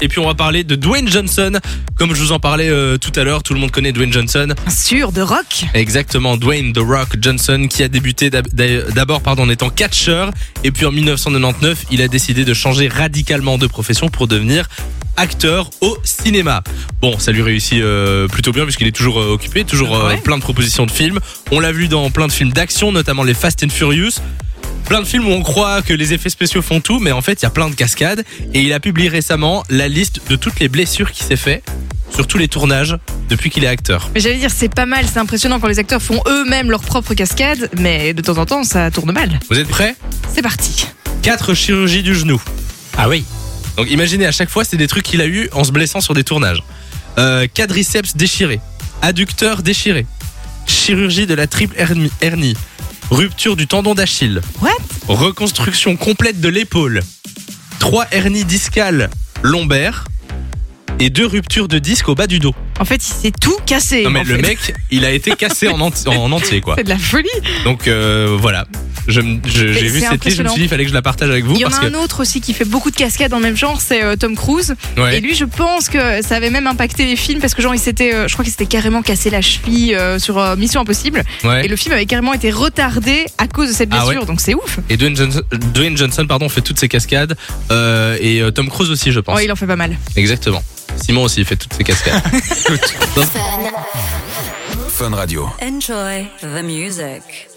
Et puis on va parler de Dwayne Johnson. Comme je vous en parlais euh, tout à l'heure, tout le monde connaît Dwayne Johnson. Sûr de rock Exactement, Dwayne The Rock Johnson qui a débuté d'ab- d'a- d'abord pardon, en étant catcheur. Et puis en 1999, il a décidé de changer radicalement de profession pour devenir acteur au cinéma. Bon, ça lui réussit euh, plutôt bien puisqu'il est toujours euh, occupé, toujours euh, Ouais. plein de propositions de films. On l'a vu dans plein de films d'action, notamment les Fast and Furious. Plein de films où on croit que les effets spéciaux font tout, mais en fait, il y a plein de cascades. Et il a publié récemment la liste de toutes les blessures qui s'est fait sur tous les tournages depuis qu'il est acteur. Mais j'allais dire, c'est pas mal, c'est impressionnant quand les acteurs font eux-mêmes leurs propres cascades, mais de temps en temps, ça tourne mal. Vous êtes prêts C'est parti Quatre chirurgies du genou. Ah oui, Donc imaginez, à chaque fois, c'est des trucs qu'il a eu en se blessant sur des tournages. Euh, quadriceps déchiré, adducteur déchiré, chirurgie de la triple hernie, hernie, rupture du tendon d'Achille, What reconstruction complète de l'épaule, trois hernies discales lombaires et deux ruptures de disque au bas du dos. En fait, il s'est tout cassé Non mais en le fait. mec, il a été cassé en, enti- en entier quoi. C'est de la folie Donc euh, voilà, Je me- je- j'ai Mais vu cette c'est liste, je me impressionnant. suis dit fallait que je la partage avec vous Il y en parce a que un autre aussi qui fait beaucoup de cascades dans le même genre, c'est euh, Tom Cruise. Ouais. Et lui, je pense que ça avait même impacté les films parce que genre, il s'était, euh, je crois qu'il s'était carrément cassé la cheville euh, sur euh, Mission Impossible. ouais. Et le film avait carrément été retardé à cause de cette Ah blessure, donc c'est ouf. Et Dwayne Johnson, Dwayne Johnson, pardon, fait toutes ses cascades. Euh, et euh, Tom Cruise aussi, je pense. Oh, il en fait pas mal. Exactement. Simon aussi, il fait toutes ses cascades. Toutes. Fun Radio. Enjoy the music.